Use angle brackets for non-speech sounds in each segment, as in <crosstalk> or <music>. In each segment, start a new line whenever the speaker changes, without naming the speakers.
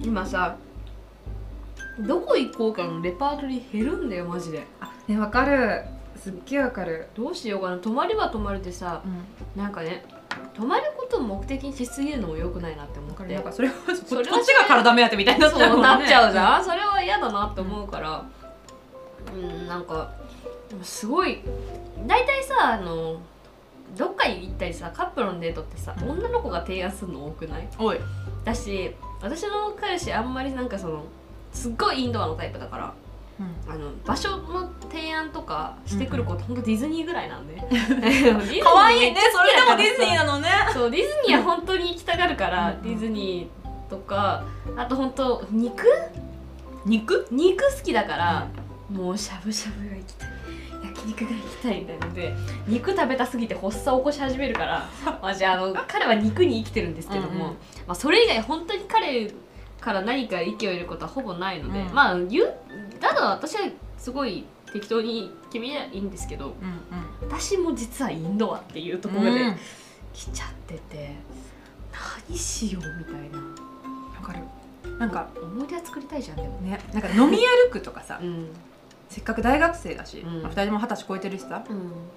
今さどこ行こうかのレパートリー減るんだよマジで
あねわかるすっげえわかる
どうしようかな泊まれば泊まるでさ
うん
なんかね泊まることを目的にしすぎるのも良くないなって思
わ
っ
か
て
るなんかそれはこっち
そ
こっ
れは
ちが体目当てみたいになっちゃう
そう
もんね
なっちゃうじゃんそれは嫌だなって思うからうんなんかでもすごい大体さあのどっかに行ったりさカップルのデートってさ、
うん
女の子が提案するの多くない
おい
だし私の彼氏あんまりなんかそのすっごいインドアのタイプだからあの場所の提案とかしてくる子、ほんとディズニーぐらいなん
<laughs>
でか
可愛いねそれでもディズニーなのね
そうディズニーは本当に行きたがるから、
うん
ディズニーとかあと本当肉
肉
肉好きだから、もうしゃぶしゃぶが行きたい焼肉が行きたいみたいなので肉食べたすぎて発作を起こし始めるから <laughs> まあじゃああの彼は肉に生きてるんですけども、
うんうん
まあ、それ以外本当に彼から何か意見を得ることはほぼないので、
うん
まあ言うただ私はすごい適当に決めりゃいいんですけど
うん
私も実はインドアっていうと
と
こ
ころ
ろ
で
で
わ
来ちゃってて、何しようみたいな
かるなんか
思い出は作りたいじゃんでも、
ねなんか飲み歩くとかさ
うん
せっかく大学生だし、
うん
まあ、2人とも二十歳超えてるしさ
う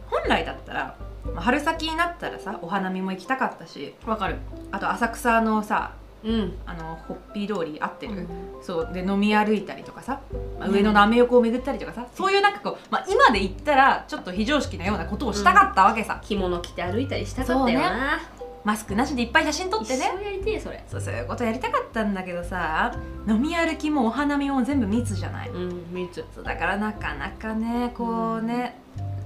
本来だったら、まあ、春先になったらさお花見も行きたかったし
ん、わかる
あと浅草のさ
うん
あのホッピー通り合ってる、
うん
そうで飲み歩いたりとかさ、まあ、
うん
上野のアメ横を巡ったりとかさ、そういうなんかこう、まあ、今で言ったらちょっと非常識なようなことをしたかったわけさ、
着物着て歩いたりしたかったよな、
マスクなしでいっぱい写真撮って
一
ね
生やりてえそれ
そうそういうことやりたかったんだけどさ飲み歩きもお花見も全部密じゃない、
うん三つ
そうだからなかなかねこうね、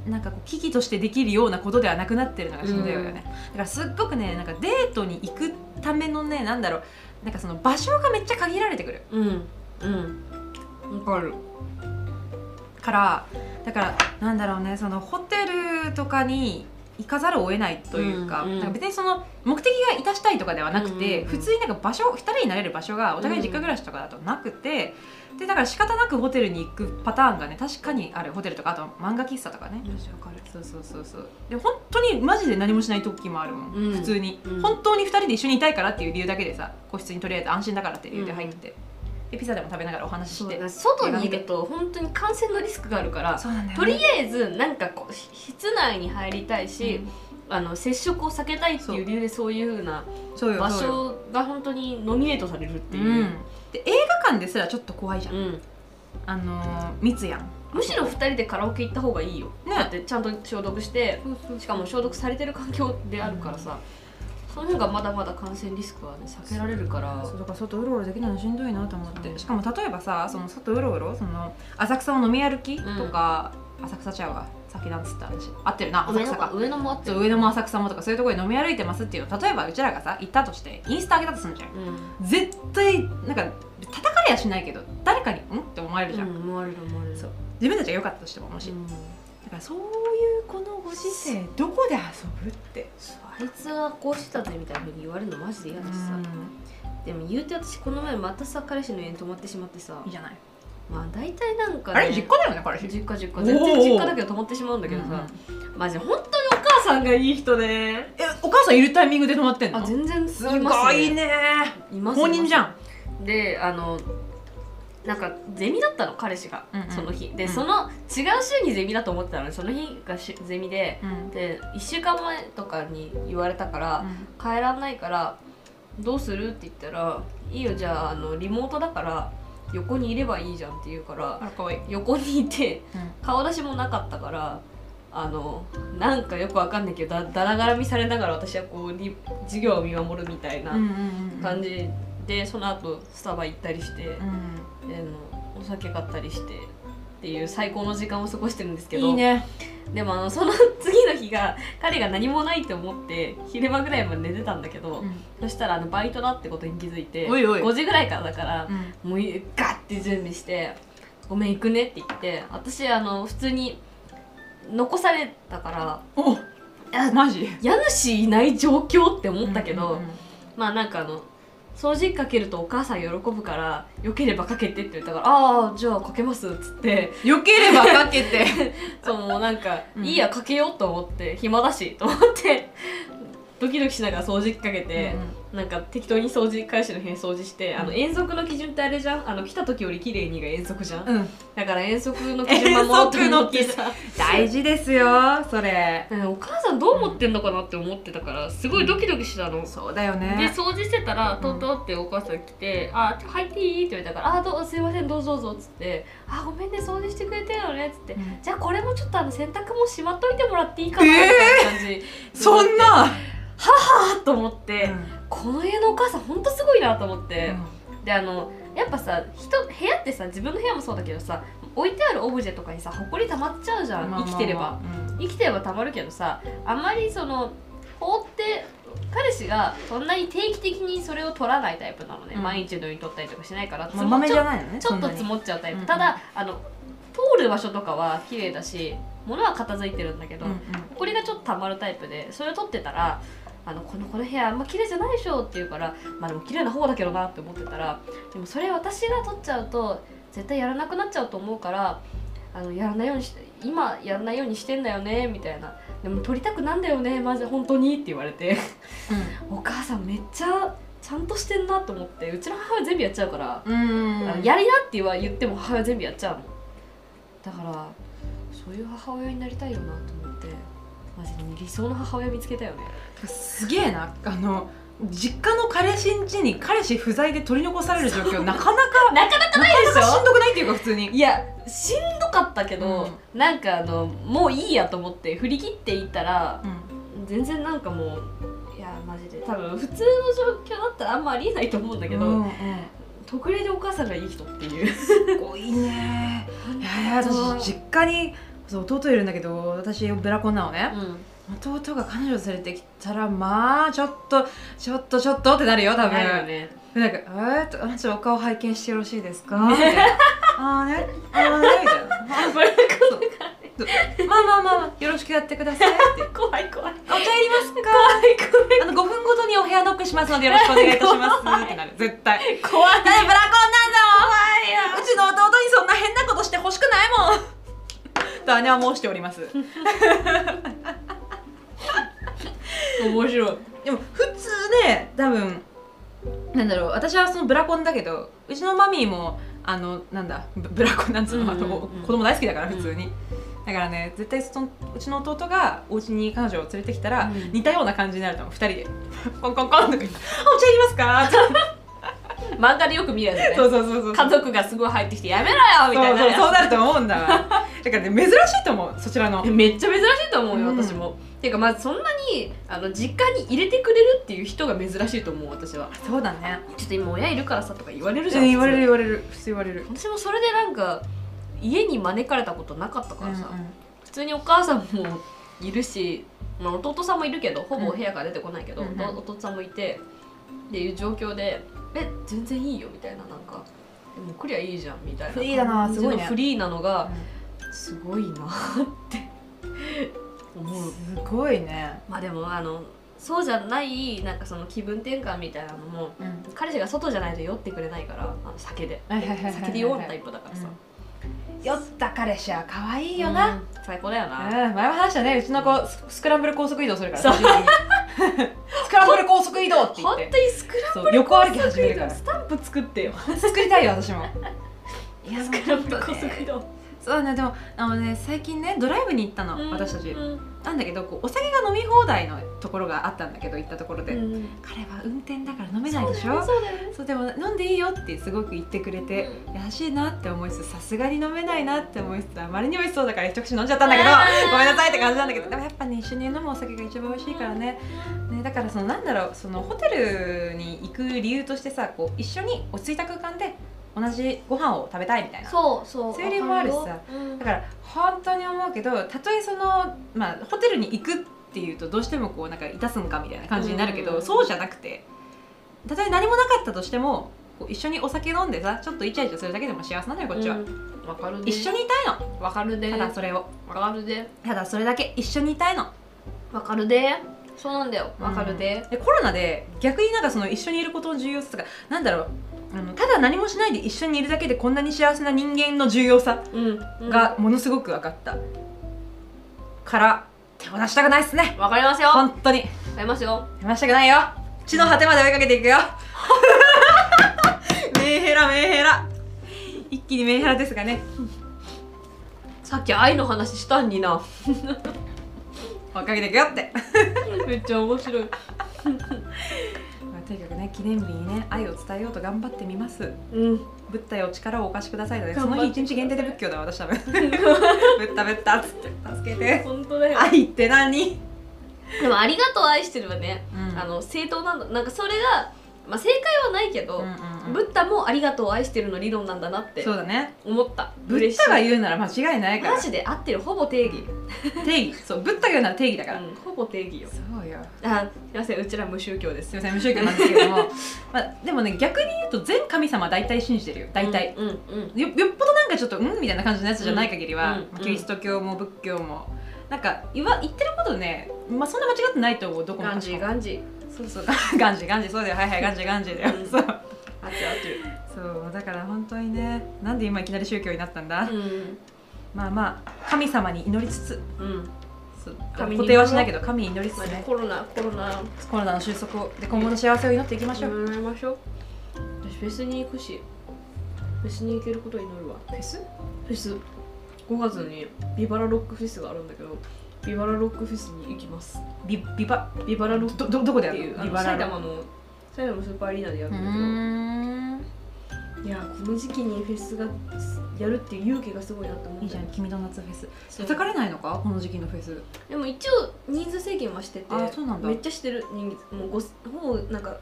なんかこう危機としてできるようなことではなくなってるのがしんどいよね、だからすっごくねなんかデートに行くためのねなんだろうなんかその場所がめっちゃ限られてくる
うんうんわかる
からだからなんだろうねそのホテルとかに行かざるを得ないというか,、
うんうん
なんか別にその目的がいたしたいとかではなくて、
うんうんうん
普通になんか場所2人になれる場所がお互い実家暮らしとかだとなくて、でだから仕方なくホテルに行くパターンがね確かにあるホテルとかあと漫画喫茶とかね、
わかる
そうそうそうそうで本当にマジで何もしない時もあるもん、
うん
普通に、
うん
本当に2人で一緒にいたいからっていう理由だけでさ個室にとりあえず安心だからっていう理由で入って、でピザでも食べながらお話し
そう
し
だ
て
から外にいると本当に感染のリスクがあるから
そうなんだよ
と
ね、
りあえずなんかこうひ室内に入りたいし、あの接触を避けたいっていう理由でそういうふうな
うんそうよ
場
そうよ
所が本当にノミネートされるっていう、
うん、で映画館ですらちょっと怖いじゃん、
うん
あのー密やん
むしろ2人でカラオケ行った方がいいよ、
ね
だってちゃんと消毒してしかも消毒されてる環境であるからさ、その方がまだまだ感染リスクはね避けられるから
そうだから外うろうろできないのしんどいなと思っ
う
て
ん
しかも例えばさその外うろうろその浅草を飲み歩きとか、浅草ちゃうわさっきなんつった私合ってるな
上
浅
野
草
か
か
上野もあって
そう上野も浅草もとかそういうところで飲み歩いてますっていうの例えばうちらがさ行ったとしてインスタ上げたとするじゃん
うん
絶対なんか叩かれやしないけど誰かに「ん?」って思われるじゃん、
思われる思われる
そう自分たちが良かったとしてももし、
うん
だからそういうこのご時世どこで遊ぶって
そうあいつはこうしてたぜみたいなふうに言われるのマジで嫌だしさ、でも言うて私この前またさ彼氏の家に泊まってしまってさ
いいじゃない
まあ大体なんか、
あれ実家だよね彼氏
実家実家全然実家だけど泊まってしまうんだけど
うんう
さ
ん、
マジ本当にお母さんがいい人ね
えお母さんいるタイミングで泊まってんの
あ全然います
すごいね
います
公認じゃん
んであのなんかゼミだったの彼氏が、
うんうん
その日で、
うん
その違う週にゼミだと思ってたのにその日がしゼミで
うん
で1週間前とかに言われたから、
う
帰らないからどうするって言ったら「いいよじゃああのリモートだから横にいればいいじゃん」って言うから
あらかわいい
横にいて
うん
顔出しもなかったからあのなんかよくわかんないけどだだらがらみされながら私はこうり授業を見守るみたいな感
じ
じで、その後スタバ行ったりして、
うん
であのお酒買ったりしてっていう最高の時間を過ごしてるんですけど
いいね
でもあのその次の日が彼が何もないと思って昼間ぐらいまで寝てたんだけど、そしたらあのバイトだってことに気づいて
おいおい
5時ぐらいからだから
う、ん
もうガッて準備して「ごめん行くね」って言って私あの普通に残されたから
お
あ
マジ
家主いない状況って思ったけど、
うんうんうん
まあなんかあの掃除機かけるとお母さん喜ぶからよければかけてって言ったから「ああじゃあかけます」っつ <laughs> って
よければかけて
そうもうなんか、
うん
いいやかけようと思って暇だしと思ってドキドキしながら掃除機かけて、なんか適当に掃除彼氏の部屋掃除して、あの遠足の基準ってあれじゃんあの来た時より綺麗にが遠足じゃん、
うんうん、
だから遠足の基準守ってるのって
遠足
さ
大事ですよそれ
うんお母さんどう思ってんのかなって思ってたからすごいドキドキしてたの、
そうだよ
で
ね
掃除してたらトントンってお母さん来て「あ入っていい?」って言われたから「あどうすいませんどうぞどうぞ」っつって「あごめんね掃除してくれてるのね」っつって「じゃあこれもちょっとあの洗濯もしまっといてもらっていいかな」みたいな感じ、
そんな、
あと思って、この家のお母さんほんとすごいなと思って、であのやっぱさ人部屋ってさ自分の部屋もそうだけどさ置いてあるオブジェとかにさ埃溜まっちゃうじゃん、生きてれば、生きてればたまるけどさあんまりその放って彼氏がそんなに定期的にそれを取らないタイプなのね、
うん
毎日のように取ったりとかしないから
まあ、
積もっ
豆
ち
じゃ
ゃ
ないのね
ちょっと積
積
もっちゃうタイプ、
うん
ただあの通る場所とかは綺麗だし物は片付いてるんだけど、
うんうん
これがちょっとたまるタイプでそれを取ってたらあのこのこの部屋あんま綺麗じゃないでしょって言うからまあでも綺麗な方だけどなって思ってたらでもそれ私が取っちゃうと絶対やらなくなっちゃうと思うからあのやらないようにし今やらないようにしてんだよねみたいなでも取りたくなんだよねマジ本当にって言われて <laughs> お母さんめっちゃちゃんとしてんなと思ってうちの母親全部やっちゃうから、
うんうん
あのやりなって言わ言っても母親全部やっちゃうのだからそういう母親になりたいよなと思ってマジに理想の母親見つけたよね
すげえなあの実家の彼氏ん家に彼氏不在で取り残される状況なかなか
<laughs> なかなかないでし
なかなかし
ょ
んどくないっていうか普通に
いやしんどかったけど、なんかあのもういいやと思って振り切っていったら全然なんかもういやマジで多分普通の状況だったらあんまありえないと思うんだ
だ
けど、特例でお母さんがいい人っていう
すごいねいやいや
本当
私実家にそう弟いるんだけど私ブラコンなのね
うん
弟が彼女連れてきたらまあちょっとちょっとちょっとってなるよ多分
あるよね
なんか、えーっと、あちょっとお顔拝見してよろしいですか。みたいなあーね、あーね、みたい
<laughs>
な。
ブラコン
そうまあまあまあまあ、よろしくやってくださいって。
怖い怖い
お茶入りますか。
怖い
あの、五分ごとにお部屋ノックしますので、よろしくお願いいたします。ってなる、絶対。だって
怖い怖い
ブラコンなんだもん。うちの弟にそんな変なことしてほしくないもん。と姉は申しております。
面白い
でも、普通ね、多分。なんだろう、私はそのブラコンだけど、うちのマミーも。あのなんだブブラコンなんつうの、あ
うんうん
の
うん
子供大好きだから普通に、だからね絶対そのうちの弟がお家に彼女を連れてきた
う
ら、
ん
似たような感じになると思う2人で <laughs> コンコンコンとか言って「あお茶いりますか?」って
漫画でよく見るやつね
そうそうそうそ
<laughs>
う
家族がすごい入ってきて「やめろよ!」みたいな
そうそうそうなると思うんだわだからね珍しいと思うそちらの
えめっちゃ珍しいと思うよ、
うん
私もていうかまずそんなにあの実家に入れてくれるっていう人が珍しいと思う私は
そうだね
ちょっと今親いるからさとか言われるじゃん、
言われる
普
言われる普通言われる
通私もそれでなんか家に招かれたことなかったからさ、普通にお母さんもいるし、まあ、弟さんもいるけどほぼお部屋から出てこないけど、
うん
お弟さんもいてっていう状況で「え全然いいよ」みたいななんか「でも来りゃいいじゃん」みたいな
フリーだなすごいね
感じのフリーなのが
う
すごいなって思うん
すごいね
まあでもあのそうじゃないなんかその気分転換みたいなのも
うん
彼氏が外じゃないと酔ってくれないからあの酒で
はいはいはいはいはい
酒で酔うタイプだからさ、
うん酔った彼氏は可
い
愛いよな、
最高だよ
うん
な、
前も話したねうちの子ススクランブル高速移動するから
そう
<laughs> 途中にスクランブル高速移動って言
本
って
当にスクラ
そう横歩き始める
<laughs>
か
ン
ら
スタンプ作ってよ
作りたいよ私もいや
スクランブル高速移動
そうねでもあのね最近ねドライブに行ったの、私たち、
うん
なんだけどこうお酒が飲み放題のところがあったんだけど行ったところで、
うん
彼は運転だから飲めないでしょそう
そうだよね
でも飲んでいいよってすごく言ってくれて、優しいなって思いつつさすがに飲めないなって思いつつあまりに美味しそうだから一口飲んじゃったんだけど
あー
ごめんなさいって感じなんだけどでもやっぱね一緒に飲むお酒が一番美味しいからねねだからそのなんだろうそのホテルに行く理由としてさこう一緒に落ち着いた空間で同じご飯を食べたいみたいな
そうそう
そういう理由もあるしさ
わかようん
だから本当に思うけどたとえその、まあ、ホテルに行くっていうとどうしてもこうなんかいたすんかみたいな感じになるけど、
うん
そうじゃなくてたとえ何もなかったとしてもこう一緒にお酒飲んでさちょっとイチャイチャするだけでも幸せなのよこっちは、
うんわかるね
一緒にいたいの
わかるで
た
わ
だそれを
かるで
ただそれだけ一緒にいたいの
わかるでそうなんだよわかるで
でコロナで逆になんかその一緒にいることの重要さとかなんだろうあのただ何もしないで一緒にいるだけでこんなに幸せな人間の重要さ
うん
がものすごく分かった、から手を出したくないっすね
わかりますよ
本当に
買いますよ
山したくないよ地の果てまで追いかけて
<laughs>
いくよメンヘラメンヘラ一気にメンヘラですがね
さっき愛の話したんにな
追いかけていくよって
<laughs> めっちゃ面白い
まあとにかくね記念日にね愛を伝えようと頑張ってみます
<laughs> うん
ぶったよ力をお貸しくださいのでそ
頑張
の
って
日一日限定で仏教だわ私多分ぶったぶったっつって助
<laughs>
けて
本当だよ
愛って何、
でも「ありがとう愛してる」はね、
うん
あの正当なんだなんかそれが、まあ、正解はないけど、
うんうんうん
ブッダも「ありがとう愛してる」の理論なんだなって
そうだね
思った
ブッダが
う
言うなら間違いないから
マジで合ってるほぼ定義、う
定義そうブッダが言うなら定義だから、
ん、ほぼ定義よ
そうよ
あすいませんうちら無宗教ですす
いません無宗教なんですけども <laughs> まあでもね逆に言うと全神様大体信じてるよ大体、
うんうん
よよっぽどなんかちょっとうんみたいな感じのやつじゃない限り
う
は、
んうん
キリスト教も仏教もなんか言わ言ってることね、まあ、そんな間違ってないと思うどこも
ガン
かし
ジー
こも
ガンジー
そうそう <laughs> ガンジーガンジーそうだよはいはいガンジーガンジーだよ、
うん
そう
合ってる合ってる
そうだから本当にねなんで今いきなり宗教になったんだ、
うん
まあまあ神様に祈りつつ
うん
そう
神に
固定はしないけど神に祈りつつ
まあね
ね
コロナコロナ
コロナの収束をで今後の幸せを祈っていきましょう、
やめましょう私フェスに行くしフェスに行けることを祈るわ
フェス
フェス5月にビバラロックフェスがあるんだけどビバラロックフェスに行きます
ビビバ
ビバラロック
どどどこで
っ
や
て
る
いう
の
あの埼玉の埼玉のスーパーアリーナでや
う
る
ー
んだ
ん
けどいやこの時期にフェスがやるっていう勇気がすごいなって思
い
っ
いじ
た
ゃん君の夏フェス
そう
叩かれないのかこの時期のフェス
でも一応人数制限はしてて
あそうなんだ
めっちゃしてる人数もうごほぼなんか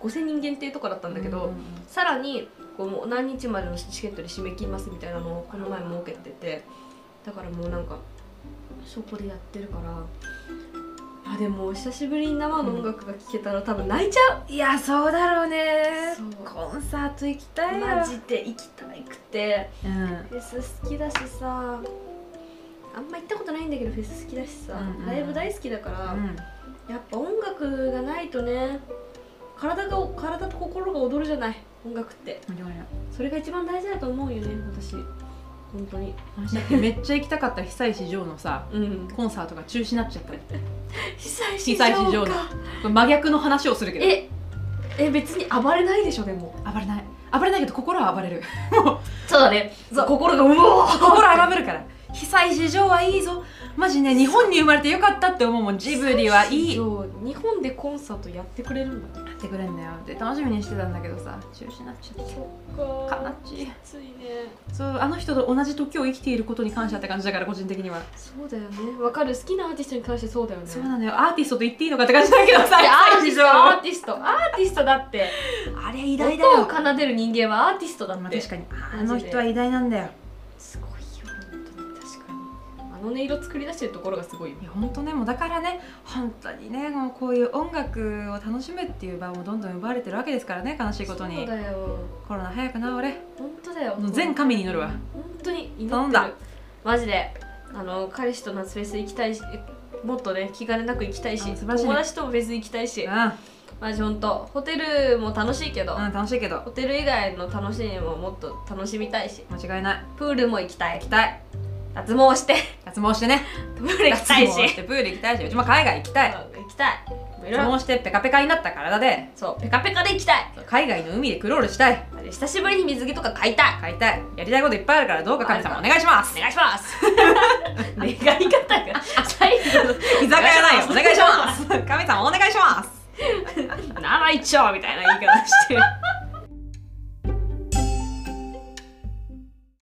5000人限定とかだったんだけど、
うん
さらにこうもう何日までのチケットで締め切りますみたいなのをこの前設けててだからもうなんかそこでやってるからあでも久しぶりに生の音楽が聴けたら多分泣いちゃう
いやそうだろうね
そう
コンサート行きたいよ
マジで行きたいくて
うんうん
フェス好きだしさあんま行ったことないんだけどフェス好きだしさ、
うんうん
ライブ大好きだから、やっぱ音楽がないとね体が体と心が踊るじゃない音楽ってそれが一番大事だと思うよね私本当に
めっちゃ行きたかった久石譲のさ
うん
コンサートが中止になっちゃったのこ
被災市
市場か
場か
れ真逆の話をするけど
ええ別に暴れないでしょでも
暴れない暴れないけど心は暴れる
そうだね
そう
心がうおー
心は暴れるから被災市場はいいぞマジね日本に生まれてよかったって思うもんジブリはいい
そう日本でコンサートやってくれるんだね
やってくれんだよで楽しみにしてたんだけどさ中止になっちゃって
そ
悲しい
ついね
そうあの人と同じ時を生きていることに感謝って感じだから個人的には、
そうだよねわかる好きなアーティストに関してそうだよね
そうなんだよアーティストと言っていいのかって感じだけどさ
だってアーティストア
あ
ーティストアーティストだって
あれ偉大だ
音を
よ
奏でる人間はアーティストだ
ま
っ
あ
て
確かにあの人は偉大なんだよ
すごいよ本当に確かにあの音色作り出してるところがすごいよ
いや本当ねもうだからね本当にねもうこういう音楽を楽しむっていう場をどんどん奪われてるわけですからね悲しいこと
そう
に
だよ
コロナ早く治れ
本当だよ
もう全神に祈るわ
本当に祈ってる
頼んだ
マジであの彼氏と夏フェス行きたいしもっとね気兼ねなく行きたいし
あ素晴らしい
友達ともフェス行きたいし
う
マジ本当ホテルも楽しいけど、
ん、うん、楽しいけど
ホテル以外の楽しみももっと楽しみたいし
間違いない
プールも行きたい
行きたい
脱毛して
脱毛してね
プール行きたいし
脱毛してプール行きたいしうちも海外行きたい
うん行きたいいろい
脱
ろ
毛してペカペカになった体で
そうペカペカで行きたい
海外の海でクロールしたい
マジ久しぶりに水着とか買いたい
買いたいやりたいこといっぱいあるからどうか神様お願いします
お願いします願い方が
<laughs>
最後
<laughs> 居酒屋ないよお願いします神様お願いします
の「ならいっちょ」みたいな言い方して